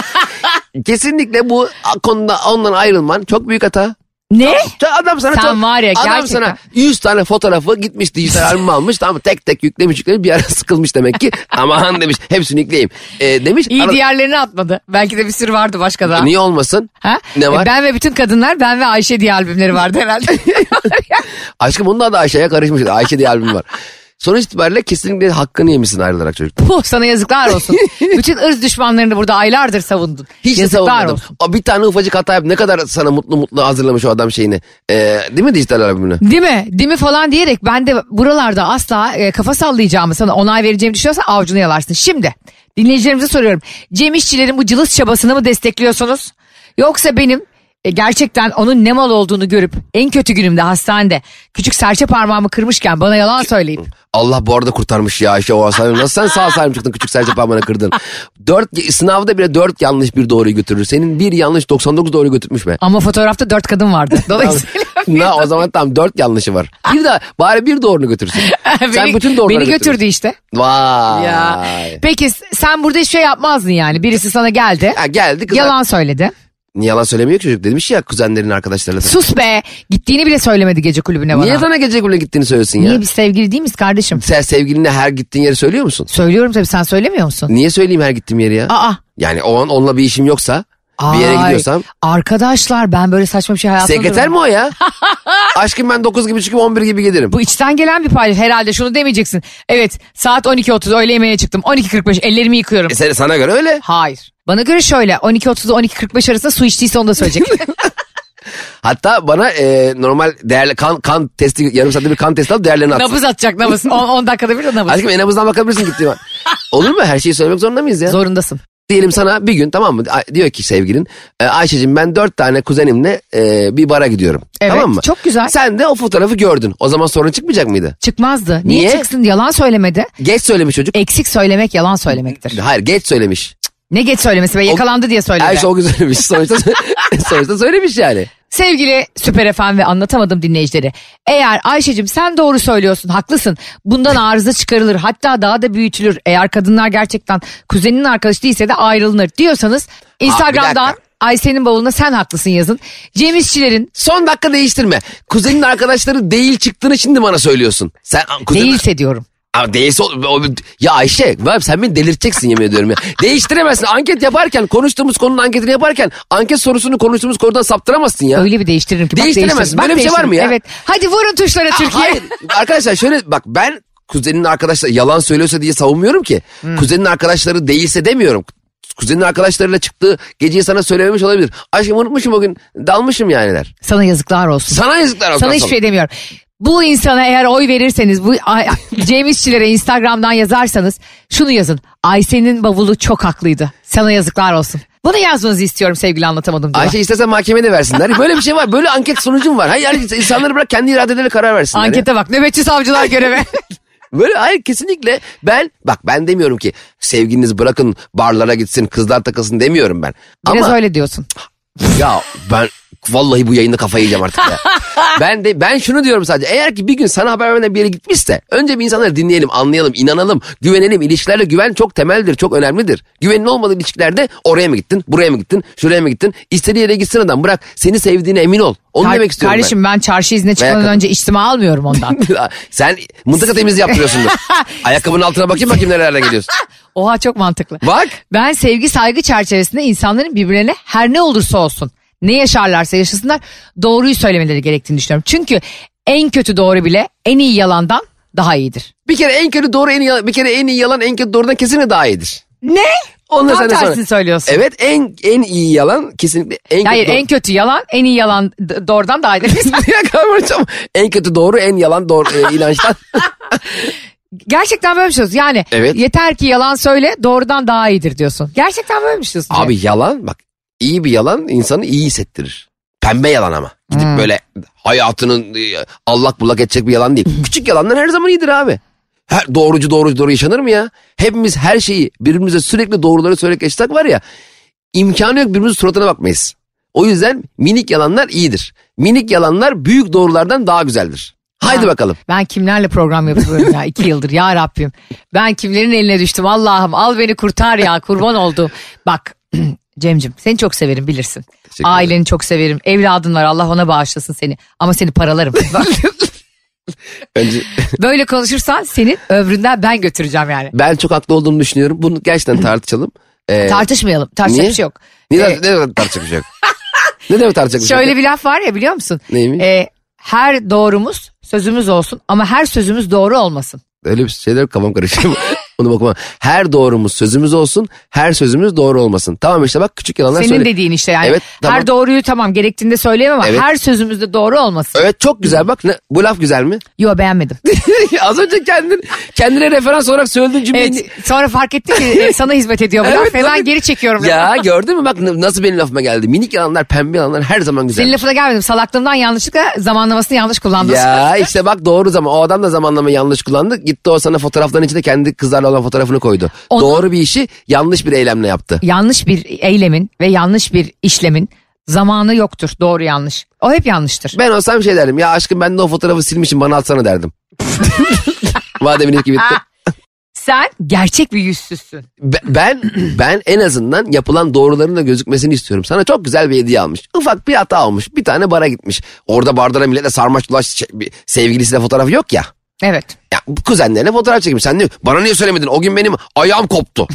C: kesinlikle bu konuda ondan ayrılman çok büyük hata.
B: Ne?
C: Ya Adam sana
B: Sen
C: çok-
B: var ya
C: adam
B: gerçekten.
C: sana 100 tane fotoğrafı gitmiş dijital albümü almış tamam mı? tek tek yüklemiş yüklemiş bir ara sıkılmış demek ki [LAUGHS] aman demiş hepsini yükleyeyim Ee, demiş
B: İyi
C: adam,
B: diğerlerini atmadı. Belki de bir sürü vardı başka da.
C: E, niye olmasın
B: Ha? E,
C: ne var
B: Ben ve bütün kadınlar ben ve Ayşe diye albümleri vardı
C: [LAUGHS]
B: herhalde. [LAUGHS]
C: aşkım onda da Ayşe'ye karışmış Ayşe diye albüm var sonuç itibariyle kesinlikle hakkını yemişsin ayrılarak çocuk
B: Puh sana yazıklar olsun. Bütün ırz düşmanlarını burada aylardır savundun.
C: hiç de
B: yazıklar
C: savunmadım
B: olsun.
C: o bir tane ufacık hata yap ne kadar sana mutlu mutlu hazırlamış o adam şeyini Ee, değil mi dijital albümünü
B: Değil mi? Değil mi falan diyerek ben de buralarda asla e, kafa sallayacağımı sana onay vereceğimi düşünüyorsan avcunu yalarsın. Şimdi dinleyicilerimize soruyorum. Cem İşçilerin bu cılız çabasını mı destekliyorsunuz? Yoksa benim e, gerçekten onun ne mal olduğunu görüp en kötü günümde hastanede küçük serçe parmağımı kırmışken bana yalan söyleyip
C: Allah bu arada kurtarmış ya Ayşe o hastaneden. Nasıl sen sağ salim çıktın küçük serçe parmağını kırdın. Dört, sınavda bile dört yanlış bir doğruyu götürür. Senin bir yanlış 99 doğruyu götürmüş be.
B: ama fotoğrafta dört kadın
C: [LAUGHS]
B: vardı. Dolayısıyla
C: Na, o zaman tam dört yanlışı var. Bir daha bari bir
B: [LAUGHS]
C: doğrunu götürsün. sen
B: beni-
C: bütün doğruları
B: beni
C: götürürsün.
B: götürdü işte.
C: Vay.
B: Ya. Peki sen burada hiç şey yapmazdın yani. Birisi sana geldi.
C: Ha, geldi kız.
B: Yalan söyledi.
C: Yalan söylemiyor ki çocuk demiş ya kuzenlerin arkadaşlarıyla.
B: Sus be. Gittiğini bile söylemedi gece kulübüne bana.
C: Niye sana gece kulübüne gittiğini söylüyorsun ya?
B: Niye biz sevgili değil miyiz kardeşim?
C: Sen sevgiline her gittiğin yeri söylüyor musun?
B: Söylüyorum tabii sen söylemiyor musun?
C: Niye söyleyeyim her gittiğim yeri ya?
B: Aa.
C: Yani o an onunla bir işim yoksa bir yere
B: Ay,
C: gidiyorsam
B: Arkadaşlar ben böyle saçma bir şey hayatımda
C: Sekreter
B: görmedim.
C: mi o ya?
B: [LAUGHS]
C: Aşkım ben 9 gibi çıkıp 11 gibi gelirim.
B: Bu içten gelen bir paylaş. Herhalde şunu demeyeceksin. Evet saat 12.30 öğle yemeğe çıktım. 12.45 ellerimi yıkıyorum.
C: E sen- sana göre öyle.
B: Hayır. Bana göre şöyle 12.30'da 12.45 arasında su içtiyse onu da söyleyecek.
C: [LAUGHS] Hatta bana e, normal değerli kan, kan testi yarım saatte bir kan testi alıp değerlerini at.
B: nabız atacak nabız. 10 dakikada bir de nabız.
C: Aşkım en nabızdan bakabilirsin
B: [LAUGHS]
C: gittiğim an. Olur mu? Her şeyi söylemek zorunda mıyız ya?
B: Zorundasın.
C: Diyelim sana bir gün tamam mı? A- Diyor ki sevgilin e, Ayşe'cim ben dört tane kuzenimle e, bir bara gidiyorum.
B: Evet,
C: tamam mı?
B: çok güzel.
C: Sen de o fotoğrafı gördün. O zaman sorun çıkmayacak mıydı?
B: Çıkmazdı. Niye,
C: Niye?
B: çıksın? Yalan söylemedi.
C: Geç söylemiş çocuk.
B: Eksik söylemek yalan söylemektir.
C: Hayır geç söylemiş.
B: Ne geç söylemesi be yakalandı diye söyledi.
C: Ayşe o gün söylemiş. Sonuçta,
B: [LAUGHS]
C: sonuçta söylemiş yani.
B: Sevgili Süper efendim ve anlatamadım dinleyicileri. Eğer Ayşe'cim sen doğru söylüyorsun haklısın. Bundan arıza çıkarılır hatta daha da büyütülür. Eğer kadınlar gerçekten kuzeninin arkadaşı değilse de ayrılınır diyorsanız Instagram'dan
C: dakika.
B: Ayşe'nin bavuluna sen haklısın yazın. Cem İşçilerin
C: Son dakika değiştirme. Kuzenin arkadaşları değil çıktığını şimdi bana söylüyorsun. Sen a, kuzen...
B: değilse diyorum.
C: Aa, değilse o- o- ya Ayşe ben- sen beni delirteceksin yemin ediyorum ya. Değiştiremezsin. Anket yaparken konuştuğumuz konunun anketini yaparken anket sorusunu konuştuğumuz konudan saptıramazsın ya.
B: Öyle bir değiştiririm ki. Bak
C: Değiştiremezsin.
B: değiştiririm,
C: Böyle bir şey var
B: değiştiririm.
C: mı ya?
B: Evet. Hadi vurun tuşlara
C: Aa,
B: Türkiye.
C: Hayır arkadaşlar şöyle bak ben kuzenin arkadaşları yalan söylüyorsa diye savunmuyorum ki.
B: Hmm.
C: Kuzenin arkadaşları değilse demiyorum. Kuzenin arkadaşlarıyla çıktığı geceyi sana söylememiş olabilir. Aşkım unutmuşum o gün dalmışım yani der.
B: Sana yazıklar olsun.
C: Sana yazıklar olsun.
B: Sana hiçbir şey demiyorum. Bu insana eğer oy verirseniz bu ay- Cem İşçilere Instagram'dan yazarsanız şunu yazın. Ayşe'nin bavulu çok haklıydı. Sana yazıklar olsun. Bunu yazmanızı istiyorum sevgili anlatamadım diyor.
C: Ayşe istersen mahkemeye de versinler. Böyle bir şey var. Böyle anket sonucum var. Hayır yani insanları bırak kendi iradeleriyle karar versinler. ya.
B: Ankete bak nöbetçi savcılar
C: [LAUGHS]
B: göreve.
C: Böyle hayır kesinlikle ben bak ben demiyorum ki sevgiliniz bırakın barlara gitsin kızlar takılsın demiyorum ben.
B: Biraz
C: Ama
B: öyle diyorsun.
C: ya ben vallahi bu yayında kafayı yiyeceğim artık
B: [LAUGHS]
C: ya. ben de ben şunu diyorum sadece eğer ki bir gün sana haber vermeden bir yere gitmişse önce bir insanları dinleyelim, anlayalım, inanalım, güvenelim. İlişkilerle güven çok temeldir, çok önemlidir. Güvenin olmadığı ilişkilerde oraya mı gittin, buraya mı gittin, şuraya mı gittin? İstediği yere gitsin adam bırak seni sevdiğine emin ol. Onu
B: Kar-
C: demek istiyorum ben. [LAUGHS]
B: Kardeşim ben. çarşı izne çıkmadan
C: kadın.
B: önce içtima almıyorum ondan.
C: Sen mıntıka
B: [LAUGHS]
C: temizliği yaptırıyorsundur. Ayakkabının altına bakayım bakayım nerelerden geliyorsun.
B: Oha çok mantıklı.
C: Bak.
B: Ben sevgi saygı çerçevesinde insanların birbirlerine her ne olursa olsun ne yaşarlarsa yaşasınlar doğruyu söylemeleri gerektiğini düşünüyorum. Çünkü en kötü doğru bile en iyi yalandan daha iyidir.
C: Bir kere en kötü doğru en iyi yalan, bir kere en iyi yalan en kötü doğrudan kesinlikle daha iyidir.
B: Ne?
C: Ondan
B: Tam
C: sen de sonra-
B: tersini söylüyorsun.
C: Evet en en iyi yalan kesinlikle en
B: Hayır
C: kötü
B: en kötü yalan en iyi yalan d- doğrudan daha
C: [LAUGHS]
B: iyidir.
C: doğru. [LAUGHS] Ya kavramacığım, en kötü doğru en yalan doğru e, inançtan.
B: Gerçekten böyle bir şey diyorsun. Yani
C: Evet.
B: yeter ki yalan söyle doğrudan daha iyidir diyorsun. Gerçekten böyle bir şey diyorsun.
C: Abi yalan bak iyi bir yalan insanı iyi hissettirir. Pembe yalan ama. Gidip
B: Hmm.
C: böyle hayatının e, allak bullak edecek bir yalan değil.
B: [LAUGHS]
C: Küçük yalanlar her zaman iyidir abi. Her, doğrucu doğrucu doğru yaşanır mı ya? Hepimiz her şeyi birbirimize sürekli doğruları söyleyerek yaşasak var ya. imkanı yok birbirimizin suratına bakmayız. O yüzden minik yalanlar iyidir. Minik yalanlar büyük doğrulardan daha güzeldir. Haydi
B: Ha.
C: bakalım.
B: Ben kimlerle program yapıyorum ya iki yıldır ya Rabbim. Ben kimlerin eline düştüm Allah'ım al beni kurtar ya kurban oldu. Bak [CLEARS THROAT] Cemcim seni çok severim bilirsin.
C: Teşekkür ederim.
B: Aileni çok severim. Evladın var Allah ona bağışlasın seni. Ama seni paralarım.
C: [LAUGHS] Önce- [LAUGHS]
B: Böyle konuşursan senin ömründen ben götüreceğim yani.
C: ben çok haklı olduğumu düşünüyorum. Bunu gerçekten tartışalım. Ee,
B: Tartışmayalım. Tartışacak
C: niye?
B: bir şey yok.
C: ne,
B: Ee,
C: ne demek tartışacak bir şey yok? ne demek tartışacak bir şey yok?
B: Şöyle bir laf var ya biliyor musun?
C: Neymiş?
B: Ee, her doğrumuz sözümüz olsun ama her sözümüz doğru olmasın.
C: Öyle bir şeyler kafam karışıyor. [LAUGHS] Onu bakma. Her doğrumuz sözümüz olsun. Her sözümüz doğru olmasın. Tamam işte bak küçük yalanlar
B: Senin
C: söyle.
B: dediğin işte yani.
C: Evet, tamam.
B: Her doğruyu tamam gerektiğinde söyleyemem ama
C: Evet.
B: her sözümüzde doğru olmasın.
C: Evet çok güzel bak. Ne, bu laf güzel mi? [LAUGHS]
B: Yo beğenmedim.
C: Az önce kendin kendine referans olarak söylediğin cümleyi...
B: evet, sonra fark ettim ki e, sana hizmet ediyor bu
C: Evet,
B: laf ve ben
C: tabii.
B: geri çekiyorum.
C: Ya gördün mü bak n- nasıl benim lafıma geldi. Minik yalanlar, pembe yalanlar her zaman güzel.
B: Senin lafına gelmedim. Salaklığımdan yanlışlıkla zamanlamasını yanlış kullandım.
C: Ya işte bak doğru zaman. O adam da zamanlamayı yanlış kullandı. Gitti o sana fotoğrafların içinde kendi kızlarla olan fotoğrafını koydu.
B: Onu-
C: Doğru bir işi yanlış bir eylemle yaptı.
B: Yanlış bir eylemin ve yanlış bir işlemin zamanı yoktur. Doğru yanlış. O hep yanlıştır.
C: Ben olsam şey derdim. Ya aşkım ben de o fotoğrafı silmişim bana atsana derdim. Madem ilişki bitti.
B: Sen gerçek bir yüzsüzsün.
C: Be- ben ben en azından yapılan doğruların da gözükmesini istiyorum. Sana çok güzel bir hediye almış. Ufak bir hata olmuş. Bir tane bara gitmiş. Orada bardara milletle sarmaş dolaş şey, bir sevgilisiyle fotoğrafı yok ya.
B: Evet.
C: Ya bu kuzenlerine fotoğraf çekmiş. Sen diyor bana niye söylemedin? O gün benim ayağım koptu.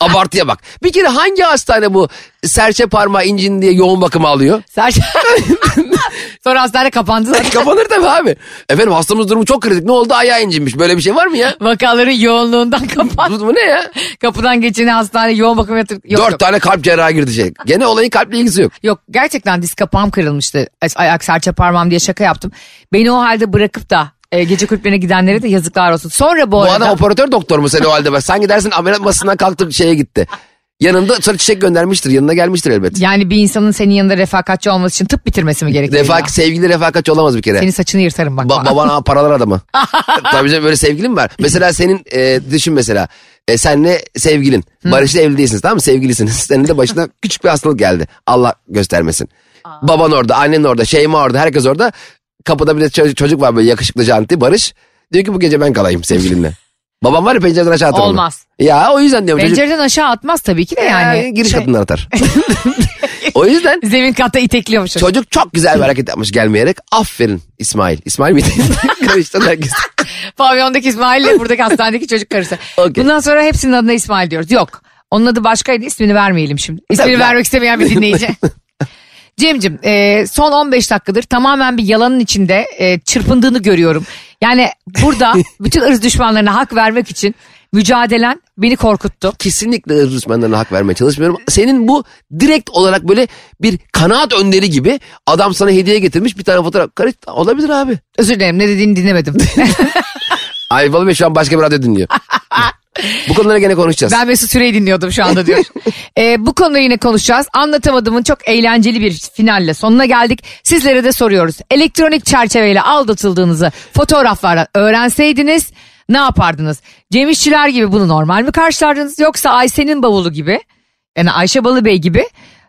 C: Abartıya bak. Bir kere hangi hastane bu serçe parmağı incin diye yoğun bakıma alıyor?
B: Sen... [LAUGHS] Sonra hastane kapandı zaten.
C: Kapanır tabii abi. Efendim hastamız durumu çok kritik. Ne oldu? Ayağı incinmiş. Böyle bir şey var mı ya?
B: Vakaların
C: [LAUGHS]
B: yoğunluğundan kapan.
C: Bu, bu ne ya?
B: Kapıdan geçeni hastane yoğun bakım yatırıp. Yok,
C: Dört
B: yok.
C: tane kalp cerrahı girdi şey. Gene olayın kalple ilgisi yok.
B: Yok gerçekten diz kapağım kırılmıştı. Ay- Ayak serçe parmağım diye şaka yaptım. Beni o halde bırakıp da e, gece kulüplerine gidenlere de yazıklar olsun. Sonra bu,
C: Bu
B: arada
C: adam operatör doktor mu sen o halde? Bak, Sanki dersin ameliyat masasından kalktı şeye gitti. Yanında sonra çiçek göndermiştir. Yanına gelmiştir elbet.
B: yani bir insanın senin yanında refakatçi olması için tıp bitirmesi mi gerekiyor?
C: Refak,
B: ya?
C: sevgili refakatçi olamaz bir kere.
B: Senin saçını yırtarım bak.
C: Ba-
B: bana.
C: baban ha, paralar
B: [LAUGHS]
C: adamı. Tabii canım böyle sevgilin mi var? Mesela senin e, düşün mesela. E, senle sevgilin. Barış'la evli değilsiniz tamam mı? Sevgilisiniz. [LAUGHS] Senin de başına küçük bir hastalık geldi. Allah göstermesin. Baban orada, annen orada, Şeyma orada, herkes orada. Kapıda bir de ço- çocuk var böyle yakışıklı janti Barış. Diyor ki bu gece ben
B: [LAUGHS]
C: kalayım sevgilimle. Babam var ya pencereden aşağı atar onu.
B: Olmaz.
C: Ya o yüzden diyorum çocuk.
B: Pencereden aşağı atmaz tabii ki de yani.
C: Ya, giriş
B: Şey,
C: katından atar. o yüzden
B: [LAUGHS] Zemin katta itekliyormuş.
C: çocuk çok güzel bir hareket yapmış gelmeyerek. Aferin İsmail. İsmail [LAUGHS] miydi? Karıştı herkes.
B: Pavyondaki İsmail
C: [LAUGHS]
B: ile buradaki hastanedeki çocuk karısı.
C: Okey.
B: Bundan sonra hepsinin adına İsmail diyoruz. Yok. Onun adı başkaydı ismini vermeyelim şimdi. İsmini
C: Tabii.
B: vermek istemeyen bir
C: [LAUGHS]
B: dinleyici. Cem'cim e, son 15 dakikadır tamamen bir yalanın içinde e, çırpındığını görüyorum. Yani
C: [LAUGHS]
B: burada bütün ırz düşmanlarına hak vermek için mücadelen beni korkuttu.
C: kesinlikle ırz düşmanlarına hak vermeye çalışmıyorum. Senin bu direkt olarak böyle bir kanaat önderi gibi adam sana hediye getirmiş bir tane fotoğraf. Karış olabilir abi.
B: Özür dilerim ne dediğini dinlemedim.
C: [LAUGHS] Ay Bey şu an başka bir radyo dinliyor.
B: [LAUGHS]
C: bu konulara gene konuşacağız.
B: ben Mesut Süreyi dinliyordum şu anda diyor. E, bu konuyu yine konuşacağız. Anlatamadığımın çok eğlenceli bir finalle sonuna geldik. Sizlere de soruyoruz. Elektronik çerçeveyle aldatıldığınızı fotoğraflardan öğrenseydiniz ne yapardınız? Cem İşçiler gibi bunu normal mi karşılardınız? Yoksa Ayşe'nin bavulu gibi yani Ayşe Balıbey gibi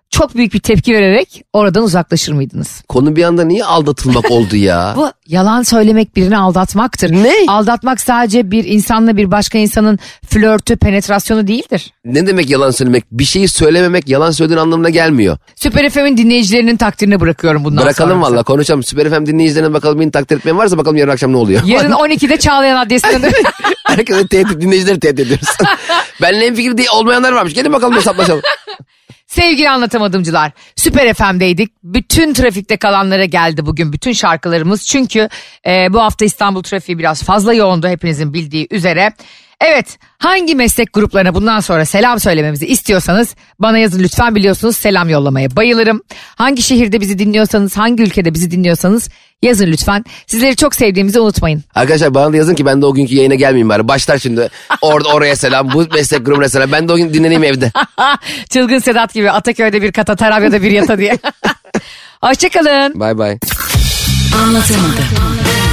B: çok büyük bir tepki vererek oradan uzaklaşır mıydınız?
C: Konu bir anda
B: [LAUGHS]
C: niye aldatılmak oldu ya?
B: Bu yalan söylemek birini aldatmaktır.
C: Ne?
B: Aldatmak sadece bir insanla bir başka insanın flörtü, penetrasyonu değildir.
C: ne demek yalan söylemek? Bir şeyi söylememek yalan söylediğin anlamına gelmiyor.
B: Süper FM'in dinleyicilerinin takdirine bırakıyorum bundan
C: Bırakalım
B: sonra.
C: valla konuşalım. Süper FM dinleyicilerine bakalım beni takdir etmeyen varsa bakalım yarın akşam ne oluyor?
B: Yarın 12'de Çağlayan adresinde.
C: [LAUGHS] Herkese tehdit dinleyicileri
B: [LAUGHS]
C: tehdit ediyoruz. Benimle en fikir değil olmayanlar varmış. Gelin bakalım hesaplaşalım.
B: Sevgili anlatamadımcılar, Süper FM'deydik. Bütün trafikte kalanlara geldi bugün bütün şarkılarımız. Çünkü e, bu hafta İstanbul trafiği biraz fazla yoğundu hepinizin bildiği üzere. Evet, hangi meslek gruplarına bundan sonra selam söylememizi istiyorsanız bana yazın lütfen biliyorsunuz selam yollamaya bayılırım. Hangi şehirde bizi dinliyorsanız, hangi ülkede bizi dinliyorsanız yazın lütfen. Sizleri çok sevdiğimizi unutmayın.
C: Arkadaşlar bana da yazın ki ben de o günkü yayına gelmeyeyim bari. Başlar şimdi orada oraya selam bu meslek grubuna selam. Ben de o gün dinleneyim evde.
B: Çılgın Sedat gibi Ataköy'de bir kata, Tarabya'da bir yata diye. Hoşçakalın.
C: Bay bay.
D: Anlatamadım.